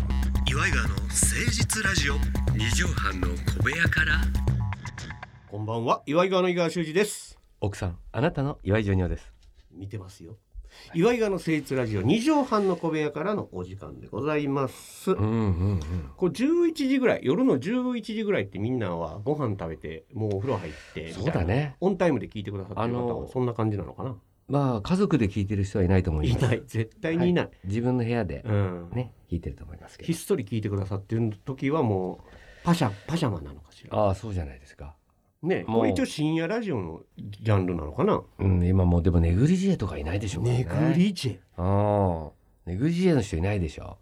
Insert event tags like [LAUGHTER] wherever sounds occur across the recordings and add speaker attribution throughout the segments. Speaker 1: イガーの誠実ラジオ
Speaker 2: 二畳半の小部屋から
Speaker 1: こんばんは岩井川の井川修司です
Speaker 2: 奥さんあなたの岩井ジョニオです
Speaker 1: 見てますよ岩井川の誠実ラジオ二畳半の小部屋からのお時間でございます、
Speaker 2: うんうんうん
Speaker 1: こう11時ぐらい夜の11時ぐらいってみんなはご飯食べてもうお風呂入ってみたい
Speaker 2: そう
Speaker 1: な
Speaker 2: だね
Speaker 1: オンタイムで聞いてくださってる
Speaker 2: あ
Speaker 1: 方
Speaker 2: の
Speaker 1: はそんな感じなのかな、
Speaker 2: まあ家族で聞いてる人はいないと思い
Speaker 1: い
Speaker 2: ます
Speaker 1: ない絶対にいない、
Speaker 2: 自分の部屋で
Speaker 1: うん、
Speaker 2: ね聞いてると思いますけ
Speaker 1: ひっ
Speaker 2: ど
Speaker 1: そり聞いてくださってる時はもうパシャパシャマなのかしら
Speaker 2: ああそうじゃないですか
Speaker 1: ね
Speaker 2: もう
Speaker 1: これ一応深夜ラジオのジャンルなのかな
Speaker 2: うん今もうでもネグリジェとかいないでしょうから
Speaker 1: ネグリジェ
Speaker 2: ああネグリジェの人いないでしょ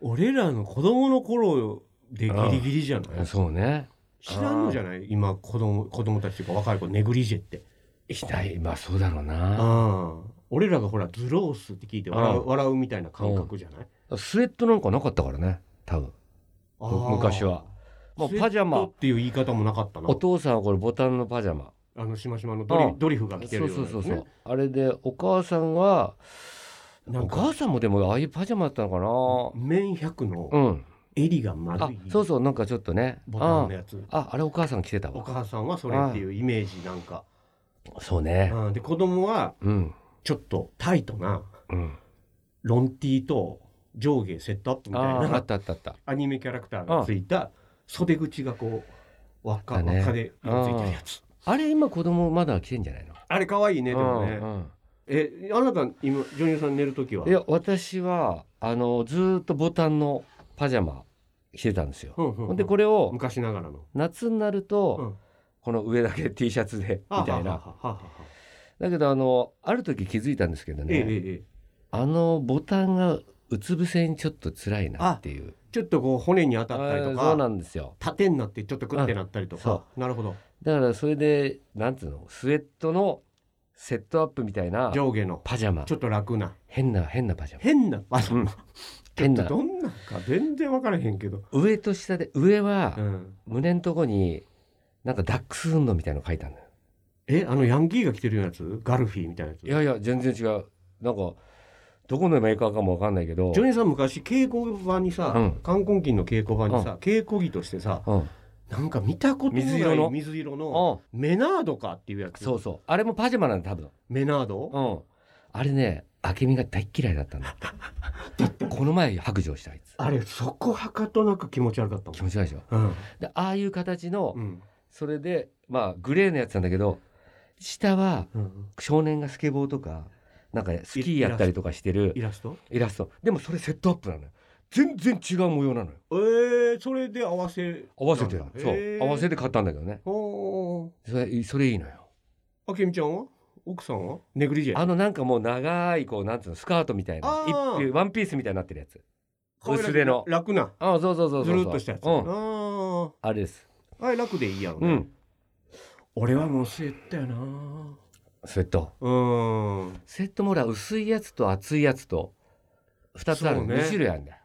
Speaker 1: 俺らの子供の頃でギリギリじゃない
Speaker 2: そうね
Speaker 1: 知らんのじゃない今子供子供たちというか若い子ネグリジェって
Speaker 2: いないまあそうだろうな
Speaker 1: ああ俺らがほらズロースって聞いて笑
Speaker 2: う
Speaker 1: う笑うみたいな感覚じゃない
Speaker 2: スウェットなんかなかったからね多分
Speaker 1: あー
Speaker 2: 昔はもう
Speaker 1: スウェット
Speaker 2: パジャマ
Speaker 1: っていう言い方もなかったな
Speaker 2: お父さんはこれボタンのパジャマ
Speaker 1: あのしましまのドリ,、
Speaker 2: うん
Speaker 1: ドリフが来て
Speaker 2: そ
Speaker 1: る
Speaker 2: う
Speaker 1: ような
Speaker 2: そ
Speaker 1: や
Speaker 2: う
Speaker 1: つ
Speaker 2: そう
Speaker 1: ね
Speaker 2: そうあれでお母さんは
Speaker 1: な
Speaker 2: お
Speaker 1: んか
Speaker 2: 母さんもでもああいうパジャマだったのか
Speaker 1: 綿100の
Speaker 2: なうん
Speaker 1: 襟が
Speaker 2: あ
Speaker 1: 丸い
Speaker 2: そうそうなんかちょっとね
Speaker 1: ボタン
Speaker 2: あ
Speaker 1: のやつ
Speaker 2: ああれお母さん着てた
Speaker 1: お
Speaker 2: わ
Speaker 1: 母さんはそれっていうイメージなんか、
Speaker 2: そうね
Speaker 1: うん、で子供は
Speaker 2: うん
Speaker 1: ちょっとタイトな
Speaker 2: うん
Speaker 1: ロンティーと上下セットアップみ
Speaker 2: あ
Speaker 1: たい
Speaker 2: ああ
Speaker 1: な
Speaker 2: ったあったあった
Speaker 1: アニメキャラクターがついた袖口がこう輪っか
Speaker 2: あったね
Speaker 1: 輪っかで色ついてるやつ
Speaker 2: あれ今子供まだ着てんじゃないの
Speaker 1: あれ可愛いねでもね
Speaker 2: うんうん
Speaker 1: えあなた今女優さん寝る時はい
Speaker 2: や私はあのずーっとボタンのパジャマ着てたんですよ
Speaker 1: うんうん
Speaker 2: ほんでこれを
Speaker 1: 昔ながらの
Speaker 2: 夏になる
Speaker 1: う
Speaker 2: と
Speaker 1: ん
Speaker 2: この上だけ T シャツでみたい
Speaker 1: は
Speaker 2: な
Speaker 1: はははは
Speaker 2: だけどあのある時気づいたんですけど
Speaker 1: えええ
Speaker 2: ね
Speaker 1: えええ
Speaker 2: あのボタンがうつ伏せにちょっと辛いなっていう
Speaker 1: ちょっとこう骨に当たったり
Speaker 2: あ
Speaker 1: と
Speaker 2: ーそうな
Speaker 1: か
Speaker 2: んですよ
Speaker 1: 縦になってちょっとクってなったりと
Speaker 2: うん
Speaker 1: かなるほど
Speaker 2: だからそれでなんつうのスウェットのセットアップみたいな
Speaker 1: 上下の
Speaker 2: パジャマ
Speaker 1: ちょっと楽な
Speaker 2: 変な変なパジャマ
Speaker 1: 変なあ
Speaker 2: うん
Speaker 1: ちょ
Speaker 2: 変
Speaker 1: っと
Speaker 2: な
Speaker 1: どんなんか全然分からへんけど、
Speaker 2: 上と下で上は
Speaker 1: うん、
Speaker 2: 胸のとこになんかダックス運動みたいの書いたんだよ
Speaker 1: えあのヤンキーが着てるやつガルフィーみたいなやつ
Speaker 2: いやいや全然違うなんかどこのメーカーかもわかんないけど
Speaker 1: ジョニーさん昔稽古場にさ、
Speaker 2: うん
Speaker 1: 冠婚金の稽古場にさ、稽古着としてさ
Speaker 2: うんうん
Speaker 1: なんか見たことない
Speaker 2: 水色の
Speaker 1: 水色のメナードかっていうやつ
Speaker 2: そうそうあれもパジャマなんだ多分
Speaker 1: メナード
Speaker 2: うんあれね明美が大っ嫌いだったんだ [LAUGHS] この前白状したあいつ
Speaker 1: あれそこはかとなく気持ち悪かったも
Speaker 2: 気持ち悪いでしょ
Speaker 1: ん、
Speaker 2: でああいう形の
Speaker 1: うん
Speaker 2: それでまあグレーのやつなんだけど下は
Speaker 1: うん、
Speaker 2: 少年がスケボーとかなんかスキーやったりとかしてる
Speaker 1: イラスト
Speaker 2: イラストでもそれセットアップなのよ全然違う模様なのよ
Speaker 1: えー、それで合わせ
Speaker 2: 合わせてる
Speaker 1: なんだ
Speaker 2: そう
Speaker 1: へー
Speaker 2: 合わせて買ったんだけどね
Speaker 1: お
Speaker 2: それそれいいのよ
Speaker 1: あけみちゃんは奥さんはネグリジェ
Speaker 2: あのなんかもう長いこうなんつうのスカートみたいな
Speaker 1: あ
Speaker 2: 一
Speaker 1: ー
Speaker 2: 匹ワンピースみたいになってるやつ
Speaker 1: 可愛らしい
Speaker 2: 薄手の
Speaker 1: 楽な
Speaker 2: ああそうそうそうそう
Speaker 1: ず
Speaker 2: そう
Speaker 1: るっとしたやつ、
Speaker 2: うん
Speaker 1: あ
Speaker 2: あれです
Speaker 1: ああれ楽でいいやろね、
Speaker 2: うん
Speaker 1: 俺はもうスウェットやなう
Speaker 2: セット
Speaker 1: ーん
Speaker 2: セットもら薄いやつと厚いやつと二つある
Speaker 1: そう
Speaker 2: の
Speaker 1: ね
Speaker 2: 2種類あるんだよ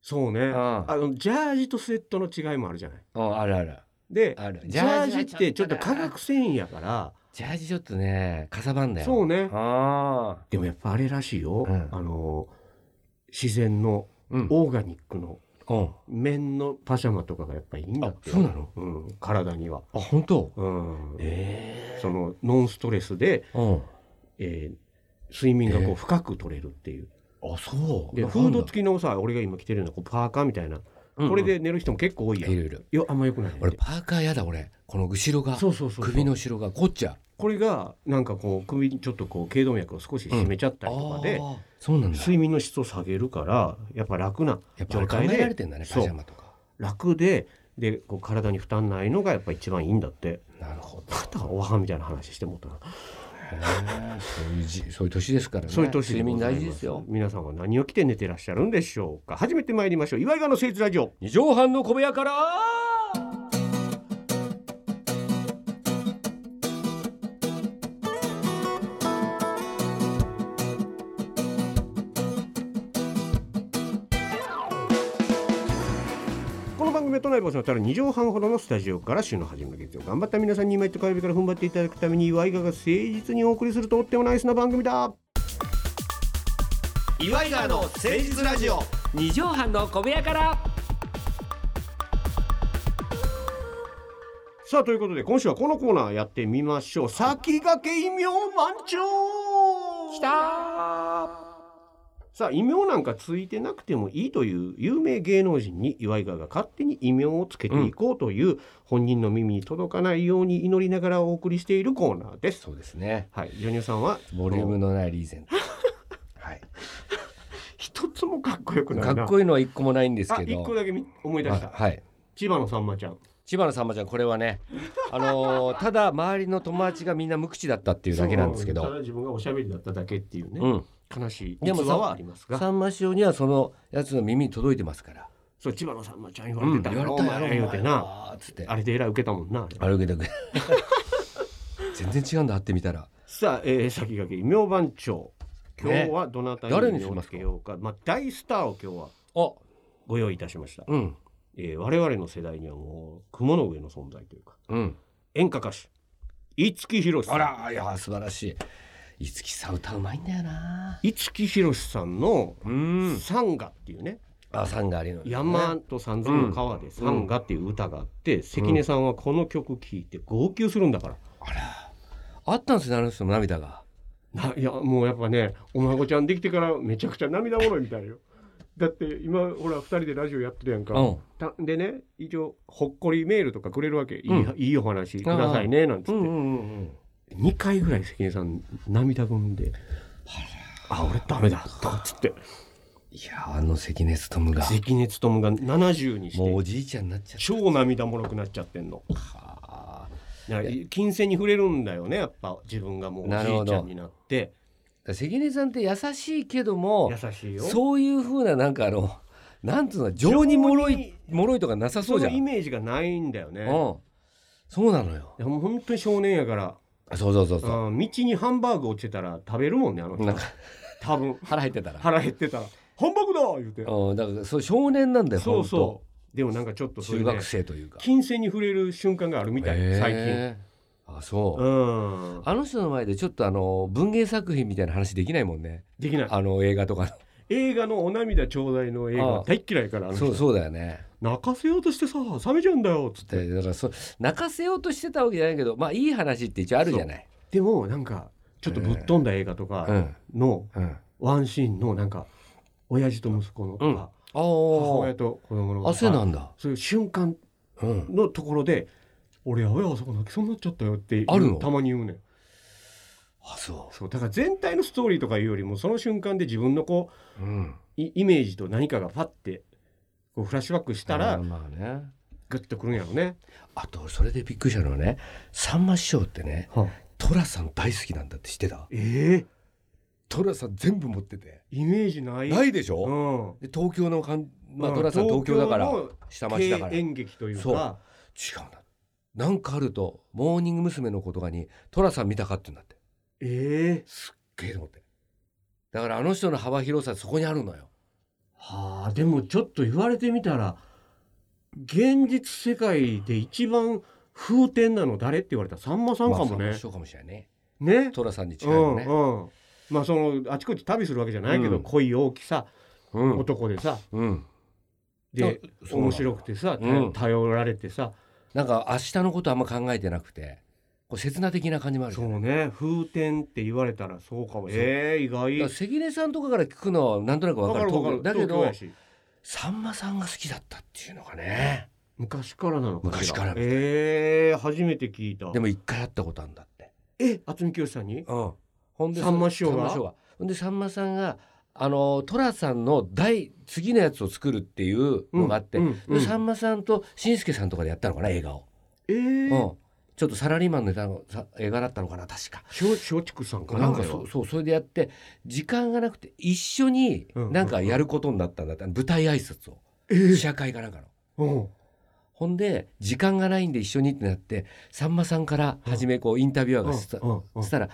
Speaker 1: そうね
Speaker 2: あ
Speaker 1: あ
Speaker 2: あ
Speaker 1: のジャージとスウェットの違いもあるじゃない
Speaker 2: うんあるある
Speaker 1: で
Speaker 2: ある
Speaker 1: ジャージってちょっと
Speaker 2: ジャージはちょっと
Speaker 1: 化
Speaker 2: ね
Speaker 1: 学繊維やから
Speaker 2: ジャージちょっとねかさばんだよ
Speaker 1: そうね
Speaker 2: ああ
Speaker 1: でもやっぱあれらしいよ、
Speaker 2: うん
Speaker 1: あの自然の
Speaker 2: うん
Speaker 1: オーガニックの
Speaker 2: うん
Speaker 1: 綿のパジャマとかがやっぱいいんだって
Speaker 2: あそうなの
Speaker 1: うん、体には、
Speaker 2: あ本当
Speaker 1: うん
Speaker 2: え
Speaker 1: そのノンストレスで、
Speaker 2: えうん
Speaker 1: えー睡眠が
Speaker 2: え
Speaker 1: こ
Speaker 2: え
Speaker 1: う深く取れるっていう、
Speaker 2: あそう
Speaker 1: でフード付きのさ俺が今着てるようなこうパーカーみたいな、これで寝る人も結構多い
Speaker 2: い
Speaker 1: や
Speaker 2: る
Speaker 1: ん
Speaker 2: い
Speaker 1: い
Speaker 2: る
Speaker 1: やあんまよくないね
Speaker 2: 俺パーカーやだ俺この後ろが
Speaker 1: そうそうそうそう
Speaker 2: 首の後ろがこっちゃ
Speaker 1: これがなんかこう首にちょっとこう頸動脈を少し締めちゃった
Speaker 2: あ
Speaker 1: りとかで、
Speaker 2: ーそうなんだ
Speaker 1: 睡眠の質を下げるからやっぱ楽な
Speaker 2: やっぱ
Speaker 1: 状
Speaker 2: 考
Speaker 1: 態
Speaker 2: えられ
Speaker 1: で
Speaker 2: てんだね
Speaker 1: そ
Speaker 2: パ
Speaker 1: う
Speaker 2: ジャマとか
Speaker 1: 楽ででこう体に負担ないのがやっぱ一番いいんだって
Speaker 2: なるほど
Speaker 1: またおはみたいな話してもったな、
Speaker 2: へーそういうじそういう年ですからね
Speaker 1: そういう年
Speaker 2: 睡
Speaker 1: でご
Speaker 2: 眠
Speaker 1: ざ
Speaker 2: 大
Speaker 1: います
Speaker 2: 事ですよ
Speaker 1: 皆さんは何を着て寝てらっしゃるんでしょうか初めて参りましょう岩井川の誠実ラジオ
Speaker 2: 二畳半の小部屋から
Speaker 1: この番組は都内防止のたる2畳半ほどのスタジオから週の初めの月曜頑張った皆さんに今言って火曜日から踏ん張っていただくために岩井川が誠実にお送りするとってもナイスな番組だ
Speaker 2: 岩井川の誠実ラジオ二畳半の小部屋から
Speaker 1: さあということで今週はこのコーナーやってみましょう先駆け異名満潮
Speaker 2: きた
Speaker 1: さあ異名なんかついてなくてもいいという有名芸能人に岩井川が勝手に異名をつけていこうという、本人の耳に届かないように祈りながらお送りしているコーナーです。
Speaker 2: そうですね。
Speaker 1: はい、ジョニオさんは
Speaker 2: ボリュームのないリーゼント。はい。
Speaker 1: 一つもかっこよくないな。
Speaker 2: かっこいいのは一個もないんですけ
Speaker 1: あ
Speaker 2: ど。
Speaker 1: 一個だけみ思い出した、
Speaker 2: はいはい。
Speaker 1: 千葉のさんまちゃん
Speaker 2: 千葉のさんまちゃんこれはね、あのーただ周りの友達がみんな無口だったっていうだけなんですけ
Speaker 1: そうた
Speaker 2: ど。
Speaker 1: だ自分がおしゃべりだっただけっていうね、
Speaker 2: うん。
Speaker 1: 悲しい
Speaker 2: で
Speaker 1: 逸
Speaker 2: も
Speaker 1: 話はありますが
Speaker 2: さんま師匠にはそのやつの耳に届いてますから。
Speaker 1: そう千葉のさんまちゃん言わ
Speaker 2: う
Speaker 1: れて
Speaker 2: ん。
Speaker 1: た
Speaker 2: 言わ
Speaker 1: よ、
Speaker 2: れ
Speaker 1: お
Speaker 2: た
Speaker 1: 前ら言うてな
Speaker 2: な。つって。
Speaker 1: あれでえらい受けたもんな
Speaker 2: 歩けてくれ。全然違うんだ会ってみたら。
Speaker 1: さあ、えー、先駆け異名番長今
Speaker 2: ね
Speaker 1: 日はどなた
Speaker 2: 誰
Speaker 1: に
Speaker 2: に
Speaker 1: 目
Speaker 2: し
Speaker 1: を
Speaker 2: ま
Speaker 1: つ
Speaker 2: すか
Speaker 1: けようかまあ、大スターを今日は
Speaker 2: あ、
Speaker 1: ご用意いたしました、
Speaker 2: うん
Speaker 1: えー我々の世代にはもう雲の上の存在というか
Speaker 2: うん。
Speaker 1: 演歌歌手五木ひろしさ
Speaker 2: あ
Speaker 1: ん
Speaker 2: らいや素晴らしい。五木さん歌うまいんだよな。
Speaker 1: 五木ひろしさんの
Speaker 2: うん
Speaker 1: 「サンガ」っていうね
Speaker 2: あ、サンガありの、ね。
Speaker 1: 山と山賊の川で「サンガ」っていう歌があって、関根さんはこの曲聴いて号泣するんだから、
Speaker 2: あったんですよ、あの人の涙が。
Speaker 1: ないやもうやっぱねお孫ちゃんできてからめちゃくちゃ涙もろいみたいよ [LAUGHS] だって今ほら2人でラジオやってるやんか、
Speaker 2: うん。
Speaker 1: たでね一応ほっこりメールとかくれるわけ、
Speaker 2: うん
Speaker 1: いいいいお話くださいねなんつって、
Speaker 2: うんうん。
Speaker 1: 2回ぐらい関根さん涙ぐんで「あ俺ダメだ」とかっつって
Speaker 2: いや、あの関根勤が。
Speaker 1: 関根勤が70にし
Speaker 2: もう
Speaker 1: て
Speaker 2: おじいちゃんになっちゃっ
Speaker 1: 超涙もろくなっちゃってんの。
Speaker 2: た。あ
Speaker 1: だから金銭に触れるんだよねやっぱ自分がもうおじ
Speaker 2: なる
Speaker 1: い
Speaker 2: ほど
Speaker 1: ちゃんになって
Speaker 2: ー関根さんって優しいけども、
Speaker 1: 優しいよ
Speaker 2: そういうふうな、なんかあの、なんつうの、情にもろ
Speaker 1: 情に
Speaker 2: い、もろいとかなさそうじゃん。
Speaker 1: のイ
Speaker 2: うん。
Speaker 1: メージがないんだよね、
Speaker 2: そうなのよ。
Speaker 1: いやもう本当に少年やから、
Speaker 2: そうそうそうそ
Speaker 1: うん道にハンバーグ落ちてたら食べるもんねあの
Speaker 2: う。
Speaker 1: 人
Speaker 2: なんか
Speaker 1: 多分
Speaker 2: 腹減ってたら。
Speaker 1: 腹減ってたら「ハンバーグだ!」言うて
Speaker 2: うん、だからそう少年なんだよ、
Speaker 1: そう
Speaker 2: ほん
Speaker 1: そうでもなんかちょっと
Speaker 2: と
Speaker 1: そうい
Speaker 2: 中
Speaker 1: う、ね
Speaker 2: 学、生というか。
Speaker 1: 金銭に触れる瞬間があるみたい、最
Speaker 2: へー。あ、そう
Speaker 1: 近。うん
Speaker 2: あの人の前でちょっとあの文芸作品みたいな話できないもんね。
Speaker 1: できない
Speaker 2: あの映画とかの。
Speaker 1: 映画の「お涙ちょうだい」の映
Speaker 2: あ
Speaker 1: 画
Speaker 2: あ
Speaker 1: 大っ嫌いからあの人
Speaker 2: そうそうだよね。
Speaker 1: 泣かせようとしてさ冷めちゃうんだよつって
Speaker 2: でだからそ泣かせようとしてたわけじゃないけど、まあいい話って一応あるじゃない。
Speaker 1: でもなんかちょっとぶっ飛んだ映画と
Speaker 2: う
Speaker 1: か
Speaker 2: ん
Speaker 1: の
Speaker 2: うん。
Speaker 1: ワンシーンのなんか親父と息子のとか、母
Speaker 2: あ
Speaker 1: 親と子供の
Speaker 2: あ。あそうなんだ。
Speaker 1: そういう瞬間
Speaker 2: うん。
Speaker 1: のところで「俺やべえあそこ泣きそうになっちゃったよ」って言う
Speaker 2: あるの
Speaker 1: たまに言うねん
Speaker 2: あそ
Speaker 1: そうだから全体のストーリーとかいうよりもその瞬間で自分のこう
Speaker 2: う。うん。
Speaker 1: イイメージと何かがパッてこうフラッシュバックした
Speaker 2: あ
Speaker 1: ら
Speaker 2: ーまあね。
Speaker 1: グッとくるんやろね。
Speaker 2: あとそれでびっくりしたのはね、さんま師匠ってね、寅さん大好きなんだって知ってた。
Speaker 1: ええ
Speaker 2: 寅さん全部持ってて。
Speaker 1: イメージない
Speaker 2: ないでし
Speaker 1: う
Speaker 2: ょ。
Speaker 1: ん
Speaker 2: で東京のかんまあ
Speaker 1: うん
Speaker 2: 寅さん東京だから
Speaker 1: 東京の
Speaker 2: 下町だから。
Speaker 1: 軽演劇という
Speaker 2: そう
Speaker 1: か
Speaker 2: 違うんだなんかあるとモーニング娘。の子とかに「寅さん見たか」って言うんだって
Speaker 1: ええ
Speaker 2: ゲーと思ってだからあの人の幅広さそこにあるのよ
Speaker 1: はあでもちょっと言われてみたら現実世界で一番風天なの誰って言われたらさんまさんか
Speaker 2: ま
Speaker 1: も
Speaker 2: あ
Speaker 1: ね。
Speaker 2: そうかもしれないね
Speaker 1: ね。
Speaker 2: 寅さんに近
Speaker 1: う
Speaker 2: い
Speaker 1: ん
Speaker 2: のね
Speaker 1: うんまあそのあちこち旅するわけじゃないけど、
Speaker 2: うん
Speaker 1: 濃い大きさ
Speaker 2: うん
Speaker 1: 男でさ
Speaker 2: うん
Speaker 1: で
Speaker 2: あそうなの
Speaker 1: 面白くてさ、た
Speaker 2: うん
Speaker 1: 頼られてさ
Speaker 2: なんか明日のことあんま考えてなくてこう刹那的な感じもあるじ
Speaker 1: そ
Speaker 2: ゃん
Speaker 1: うね風天って言われたらそうかも
Speaker 2: う
Speaker 1: ええ意外
Speaker 2: だから関根さんとかから聞くのはなんとなくわ
Speaker 1: わ
Speaker 2: か
Speaker 1: か
Speaker 2: る
Speaker 1: るわかる
Speaker 2: だけ
Speaker 1: 東京
Speaker 2: ど
Speaker 1: やし
Speaker 2: さんまさんが好きだったっていうのがね
Speaker 1: 昔からなのかし
Speaker 2: 昔
Speaker 1: ら
Speaker 2: からみたい
Speaker 1: ええ初めて聞いた
Speaker 2: でも一回会ったことあるんだって
Speaker 1: え渥美清さん
Speaker 2: う
Speaker 1: に
Speaker 2: ん、ほんで
Speaker 1: さんま師匠が
Speaker 2: さんまほんでさんまさんがあの寅さんの第次のやつを作るっていうのがあって、
Speaker 1: うんうんうん
Speaker 2: でさんまさんとしんすけさんとかでやったのかな映画を、
Speaker 1: ええ
Speaker 2: うん、ちょっとサラリーマンのネタのさ映画だったのかな確か。
Speaker 1: しょ松竹さんかな
Speaker 2: なんか
Speaker 1: あれは
Speaker 2: そうそうそれでやって時間がなくて一緒に
Speaker 1: うんうんうん
Speaker 2: なんかやることになったんだって、舞台挨拶を
Speaker 1: え
Speaker 2: 試
Speaker 1: え
Speaker 2: 写会かなんかの。
Speaker 1: うん
Speaker 2: ほんで時間がないんで一緒にってなってさんまさんから初めこうインタビュアーがし
Speaker 1: うんうんう
Speaker 2: そ
Speaker 1: ん
Speaker 2: したら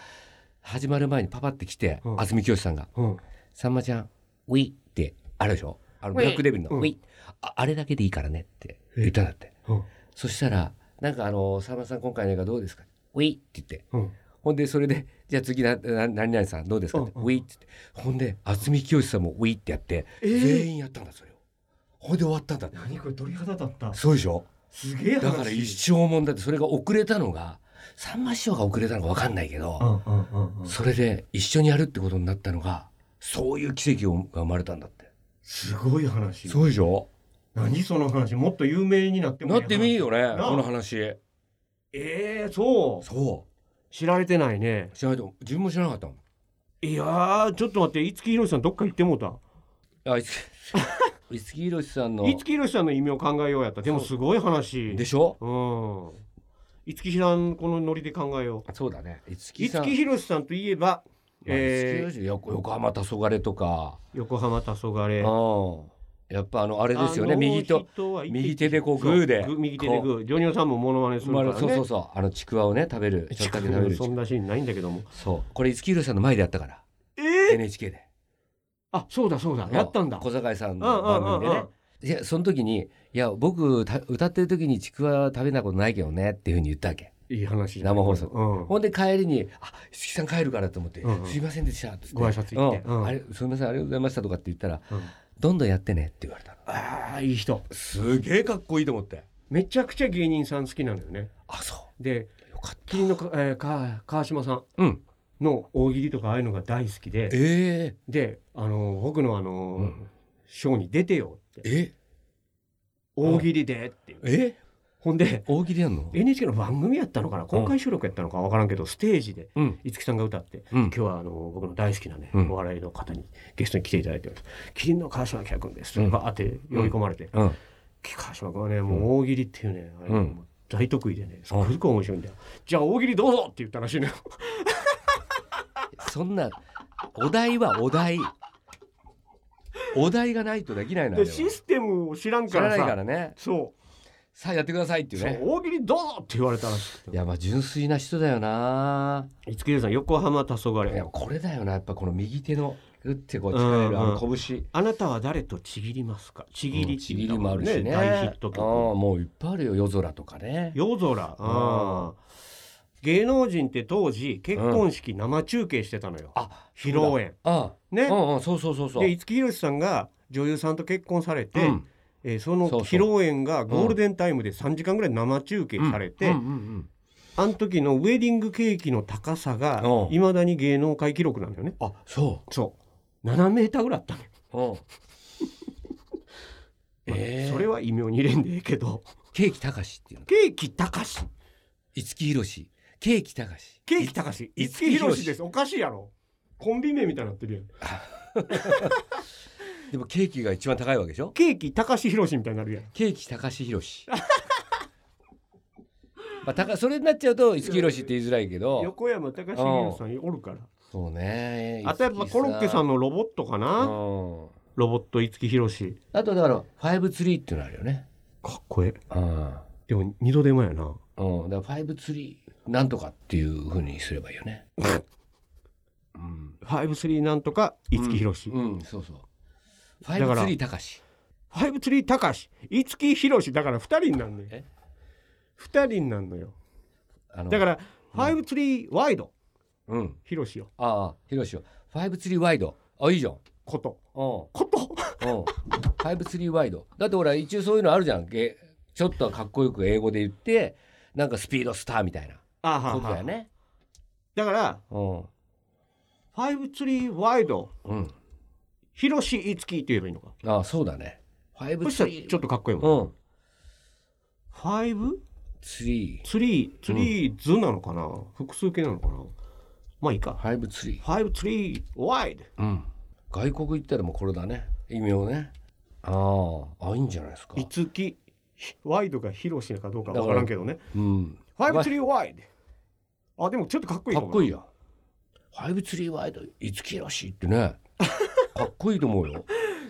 Speaker 2: 始まる前にパパって来て
Speaker 1: うん
Speaker 2: 渥美清さんが
Speaker 1: うん
Speaker 2: さんまちゃん、ウィってあるでしょあの
Speaker 1: ウィ
Speaker 2: ブラックデビルの、
Speaker 1: うん
Speaker 2: ウィああれだけでいいからねって言ったんだって。
Speaker 1: うん
Speaker 2: そしたら、なんかあの、さんまさん今回の映画どうですかウィって言って。
Speaker 1: うん
Speaker 2: ほんで、それで、じゃあ次な、な何々さんどうですかって、
Speaker 1: うんうん
Speaker 2: ウィって言って。ほんで、渥美清さんもウィってやって、
Speaker 1: ええ
Speaker 2: 全員やったんだ、それを。ほんで終わったんだって。
Speaker 1: 何これ鳥肌だった
Speaker 2: そうでしょ
Speaker 1: すげえ話
Speaker 2: だから一生もんだってそれが遅れたのがさんま師匠が遅れたのか分かんないけ
Speaker 1: うん
Speaker 2: ど、
Speaker 1: うんうんうん
Speaker 2: それで一緒にやるってことになったのがそういう奇跡が生まれたんだって
Speaker 1: すごい話
Speaker 2: そうでしょ
Speaker 1: 何その話もっと有名になっても
Speaker 2: なってみいよね
Speaker 1: なあ
Speaker 2: この話
Speaker 1: ええそう
Speaker 2: そ
Speaker 1: 知られてないね
Speaker 2: う知らないと自分も知らなかったもん
Speaker 1: いやーちょっと待って五木ひろしさんどっか行ってもうた
Speaker 2: [LAUGHS] あいつ五木ひろしさんの
Speaker 1: 五木ひろしさんの異名を考えようやったでもすごい話
Speaker 2: でしょ
Speaker 1: うん五木ひろしこのノリで考えよ
Speaker 2: そうだね五
Speaker 1: う
Speaker 2: 木
Speaker 1: 五
Speaker 2: さん
Speaker 1: 木ひろしさんといえば、
Speaker 2: まあ
Speaker 1: え
Speaker 2: 五
Speaker 1: ー
Speaker 2: 木ひろし横横浜黄昏とか
Speaker 1: 横浜黄昏
Speaker 2: うんやっぱあのあれですよ
Speaker 1: あ
Speaker 2: ね
Speaker 1: の
Speaker 2: 右と
Speaker 1: 人は一
Speaker 2: 右手でこうグーで
Speaker 1: そう右手でグージョニオさんもモノマネするか
Speaker 2: ま
Speaker 1: らね
Speaker 2: あそうそうそうあのちくわをね食べるちょっとだけ食べる
Speaker 1: そんなシーンないんだけども
Speaker 2: そうこれ五木ひろしさんの前でやったから
Speaker 1: えー
Speaker 2: NHK で
Speaker 1: あそうだそうだやったんだ
Speaker 2: 小坂井さん
Speaker 1: うん
Speaker 2: の
Speaker 1: う
Speaker 2: 番
Speaker 1: んうん
Speaker 2: 組で
Speaker 1: う
Speaker 2: ね
Speaker 1: ん
Speaker 2: いやその時に「いや僕た歌ってる時にちくわ食べたことないけどね」っていうふうに言ったわけ
Speaker 1: いい話
Speaker 2: 生放送
Speaker 1: うん
Speaker 2: ほんで帰りに「あ五木さん帰るから」と思って
Speaker 1: うんう
Speaker 2: 「
Speaker 1: ん
Speaker 2: すいませんでした」って
Speaker 1: ご挨拶行って
Speaker 2: うん
Speaker 1: うん
Speaker 2: あれすいませんありがとうございました」とかって言ったら
Speaker 1: うん
Speaker 2: 「どんどんやってね」って言われたの
Speaker 1: ああいい人
Speaker 2: すげえかっこいいと思って
Speaker 1: めちゃくちゃ芸人さん好きなのよね
Speaker 2: あそ
Speaker 1: で
Speaker 2: うよかった
Speaker 1: 麒麟のか、えーか川島さん
Speaker 2: うん
Speaker 1: の大喜利とかああいうのが大好きで
Speaker 2: え
Speaker 1: であのー僕のあ
Speaker 2: え
Speaker 1: のー、
Speaker 2: うん
Speaker 1: ショーに出てよって
Speaker 2: え
Speaker 1: 大喜利でっていう
Speaker 2: え
Speaker 1: ほんで
Speaker 2: 大喜利やんの
Speaker 1: NHK の番組やったのかな公開収録やったのか分からんけどステージで
Speaker 2: うん
Speaker 1: 五木さんが歌って
Speaker 2: うん
Speaker 1: 今日はあの僕の大好きなね、
Speaker 2: うん
Speaker 1: お笑いの方にゲストに来ていただいてます麒麟の川島明君です、
Speaker 2: うん
Speaker 1: バーって呼び込まれて、
Speaker 2: うん
Speaker 1: 川島君はねもう大喜利っていうね、あれ
Speaker 2: うん
Speaker 1: もう大得意でねすっごく面白いんだよ、じゃあ大喜利どうぞって言ったらしいのよ
Speaker 2: そんなお題はお題お題がないとできないなあ
Speaker 1: で
Speaker 2: れは
Speaker 1: システムを知らん
Speaker 2: 知
Speaker 1: からら
Speaker 2: な
Speaker 1: さ
Speaker 2: いからね
Speaker 1: そ
Speaker 2: さあやってくださいって
Speaker 1: う
Speaker 2: いう
Speaker 1: そう
Speaker 2: ね
Speaker 1: 大喜利どうぞって言われたらしく
Speaker 2: い
Speaker 1: て
Speaker 2: やまあ純粋な人だよな
Speaker 1: 五木ひろしさん横浜黄
Speaker 2: いや
Speaker 1: 昏
Speaker 2: これだよなやっぱこの右手のグッてこう力入れるあ
Speaker 1: うん
Speaker 2: の拳
Speaker 1: あなたは誰とちぎりますかちぎりって
Speaker 2: ち
Speaker 1: い
Speaker 2: ぎ
Speaker 1: う歌
Speaker 2: りもあるしね
Speaker 1: 大ヒット
Speaker 2: ああ
Speaker 1: 曲
Speaker 2: もういっぱいあるよ夜空とかね
Speaker 1: 夜空あー芸能人って当時結婚式生中継してたのよ、
Speaker 2: あ
Speaker 1: 披露宴
Speaker 2: あ
Speaker 1: ね、
Speaker 2: うんうんそうそうそうそう
Speaker 1: で五木ひろしさんが女優さんと結婚されて、
Speaker 2: うん
Speaker 1: えーその
Speaker 2: そうそう
Speaker 1: 披露宴がゴールデンタイムで3時間ぐらい生中継されて、
Speaker 2: うんうん
Speaker 1: あの時のウェディングケーキの高さが
Speaker 2: うん
Speaker 1: いまだに芸能界記録なんだよね
Speaker 2: うんあそ
Speaker 1: そう7メーターぐらいあったの
Speaker 2: う
Speaker 1: よ、[LAUGHS]
Speaker 2: うんええ
Speaker 1: それは異名に入れんでええけど
Speaker 2: ケーキたかしっていうの
Speaker 1: ケーキ高し
Speaker 2: 五木ひろしケーキたかし
Speaker 1: ケーキ高し
Speaker 2: い
Speaker 1: 五木ひろしですおかしいやろコンビ名みたいになってるやん
Speaker 2: でもケーキが一番高いわけでしょ
Speaker 1: ケーキ高しひろしみたいになるやん
Speaker 2: ケーキ高しひろ
Speaker 1: [LAUGHS]
Speaker 2: しまあ、たかそれになっちゃうと五木ひろしって言いづらいけど
Speaker 1: 横山高しひろしさんおるから
Speaker 2: そうね
Speaker 1: あとやっぱコロッケさんのロボットか
Speaker 2: う
Speaker 1: なんロボット五木ひろし
Speaker 2: あとだからファイブツリーっていうのあるよね
Speaker 1: かっこええ
Speaker 2: うん
Speaker 1: でも二度手間やな
Speaker 2: うん、だからファイブツリーなんとかっていうふうにすればいいよね。うん、
Speaker 1: ファイブスリーなんとか五木ひろし、
Speaker 2: うん、そうそう。ファイ
Speaker 1: ら
Speaker 2: ブツリー高し。
Speaker 1: ファイブツリーたかし五木ひろしだから二人になんのよ
Speaker 2: え
Speaker 1: 二人になんのよ
Speaker 2: あの
Speaker 1: だからファイブツリーワイド
Speaker 2: うん、
Speaker 1: ひろしよ
Speaker 2: ああ、ひろしよ。ファイブツリーワイド。あ、いいじゃん。
Speaker 1: こと
Speaker 2: うん、
Speaker 1: こと
Speaker 2: うん。ファイブツリーワイド。だってほら、一応そういうのあるじゃん。げちょっとかっこよく英語で言って、なんかスピードスターみたいな。
Speaker 1: あは
Speaker 2: ことだよね。
Speaker 1: だから
Speaker 2: うん。
Speaker 1: ファイブツリーワイド
Speaker 2: うん。
Speaker 1: ひろし五木って言えばいいのか
Speaker 2: ああ、そうだね。ファイブ
Speaker 1: そし
Speaker 2: ツ
Speaker 1: たら
Speaker 2: リー。
Speaker 1: ちょっとかっこいいもん、
Speaker 2: うん。
Speaker 1: ファイブ
Speaker 2: ツリー。
Speaker 1: ツリーツリー図なのかな、複数形なのかなまあいいか
Speaker 2: ファイブツリー。
Speaker 1: ファイブツリーワイド
Speaker 2: うん、外国行ったらもうこれだね異名ねあああいいんじゃないですか
Speaker 1: 五木ひワイドがひろしなのかどうかわからんけどね
Speaker 2: うん
Speaker 1: ファイ
Speaker 2: ま
Speaker 1: ブ
Speaker 2: あ
Speaker 1: ツリーワイドあでもちょっとかっこいい
Speaker 2: か
Speaker 1: も
Speaker 2: っこいいやんファイブツリーワイド五木らしいって [LAUGHS] ねかっこいいと思うよ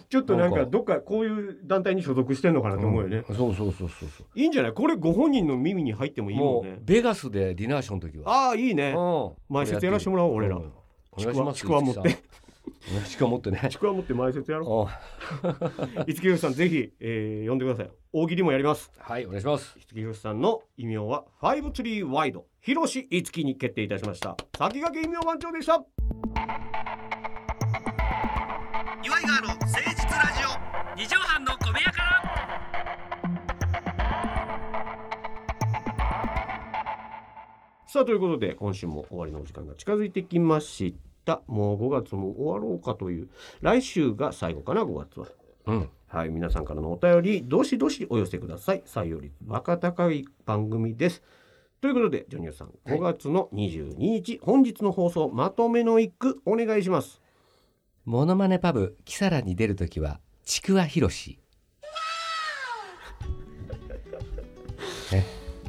Speaker 1: ちょっとなん
Speaker 2: な
Speaker 1: か
Speaker 2: んか
Speaker 1: どっかこういう団体に所属してんのかなと思うよね、
Speaker 2: うんそうそうそうそうそ
Speaker 1: いいんじゃないこれご本人の耳に入っても
Speaker 2: う
Speaker 1: いい
Speaker 2: も
Speaker 1: もん
Speaker 2: う
Speaker 1: ね
Speaker 2: ベガスでディナーショーの時は
Speaker 1: ああいいね
Speaker 2: うん
Speaker 1: 前説やらしてもらおう俺ら
Speaker 2: んお願いします
Speaker 1: ちくわちく
Speaker 2: 五木さ
Speaker 1: わ持って
Speaker 2: んうんちくわ持ってね [LAUGHS]
Speaker 1: ちくわ持って前説やろ
Speaker 2: うん
Speaker 1: う五木ひろしさんぜひ、えー、呼んでください大喜利もやります
Speaker 2: はいお願いします
Speaker 1: 五木ひろしさんの異名はファイブツリーワイドひろし五木に決定いたしました先駆け異名番長でした
Speaker 3: 岩井川の誠実ラジオ
Speaker 2: 二畳半の小部屋から
Speaker 1: さあということで今週も終わりのお時間が近づいてきましたもう5月も終わろうかという来週が最後かな5月は
Speaker 2: うん。
Speaker 1: はい皆さんからのお便りどしどしお寄せください採用率バカ高い番組ですということでジョニオさん
Speaker 2: はい
Speaker 1: 5月の22日、本日の放送まとめの一句お願いします
Speaker 2: モノマネパブ、キサラに出るときは、ちくわひろし。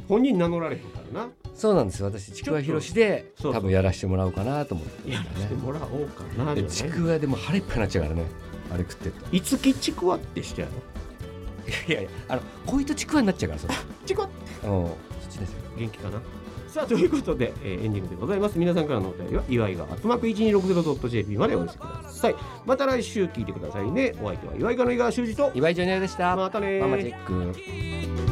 Speaker 1: 本人名乗られへんからな
Speaker 2: そうなんですよ私ちくわひろしで
Speaker 1: ちょっとそうそ
Speaker 2: 多
Speaker 1: う
Speaker 2: 分やらしてもらおうかなと思って
Speaker 1: やらしてもらおうかな
Speaker 2: で
Speaker 1: じ
Speaker 2: ち
Speaker 1: ゃない
Speaker 2: くわでも腹いっぱいになっちゃうからねあれ食ってると
Speaker 1: いつきちくわってしてやろ
Speaker 2: いやいやあのこういうとちくわになっちゃうからそれ
Speaker 1: ちくわ
Speaker 2: うんそっちですよ
Speaker 1: 元気かなさあということで、えーエンディングでございます皆さんからのお便りは祝いが集まく 1260.jp までお寄せくださいまた来週聞いてくださいねお相手は祝いがの井川修司と
Speaker 2: 岩井ジョニアでした
Speaker 1: またねー
Speaker 2: ママチェッ
Speaker 3: 「
Speaker 2: ク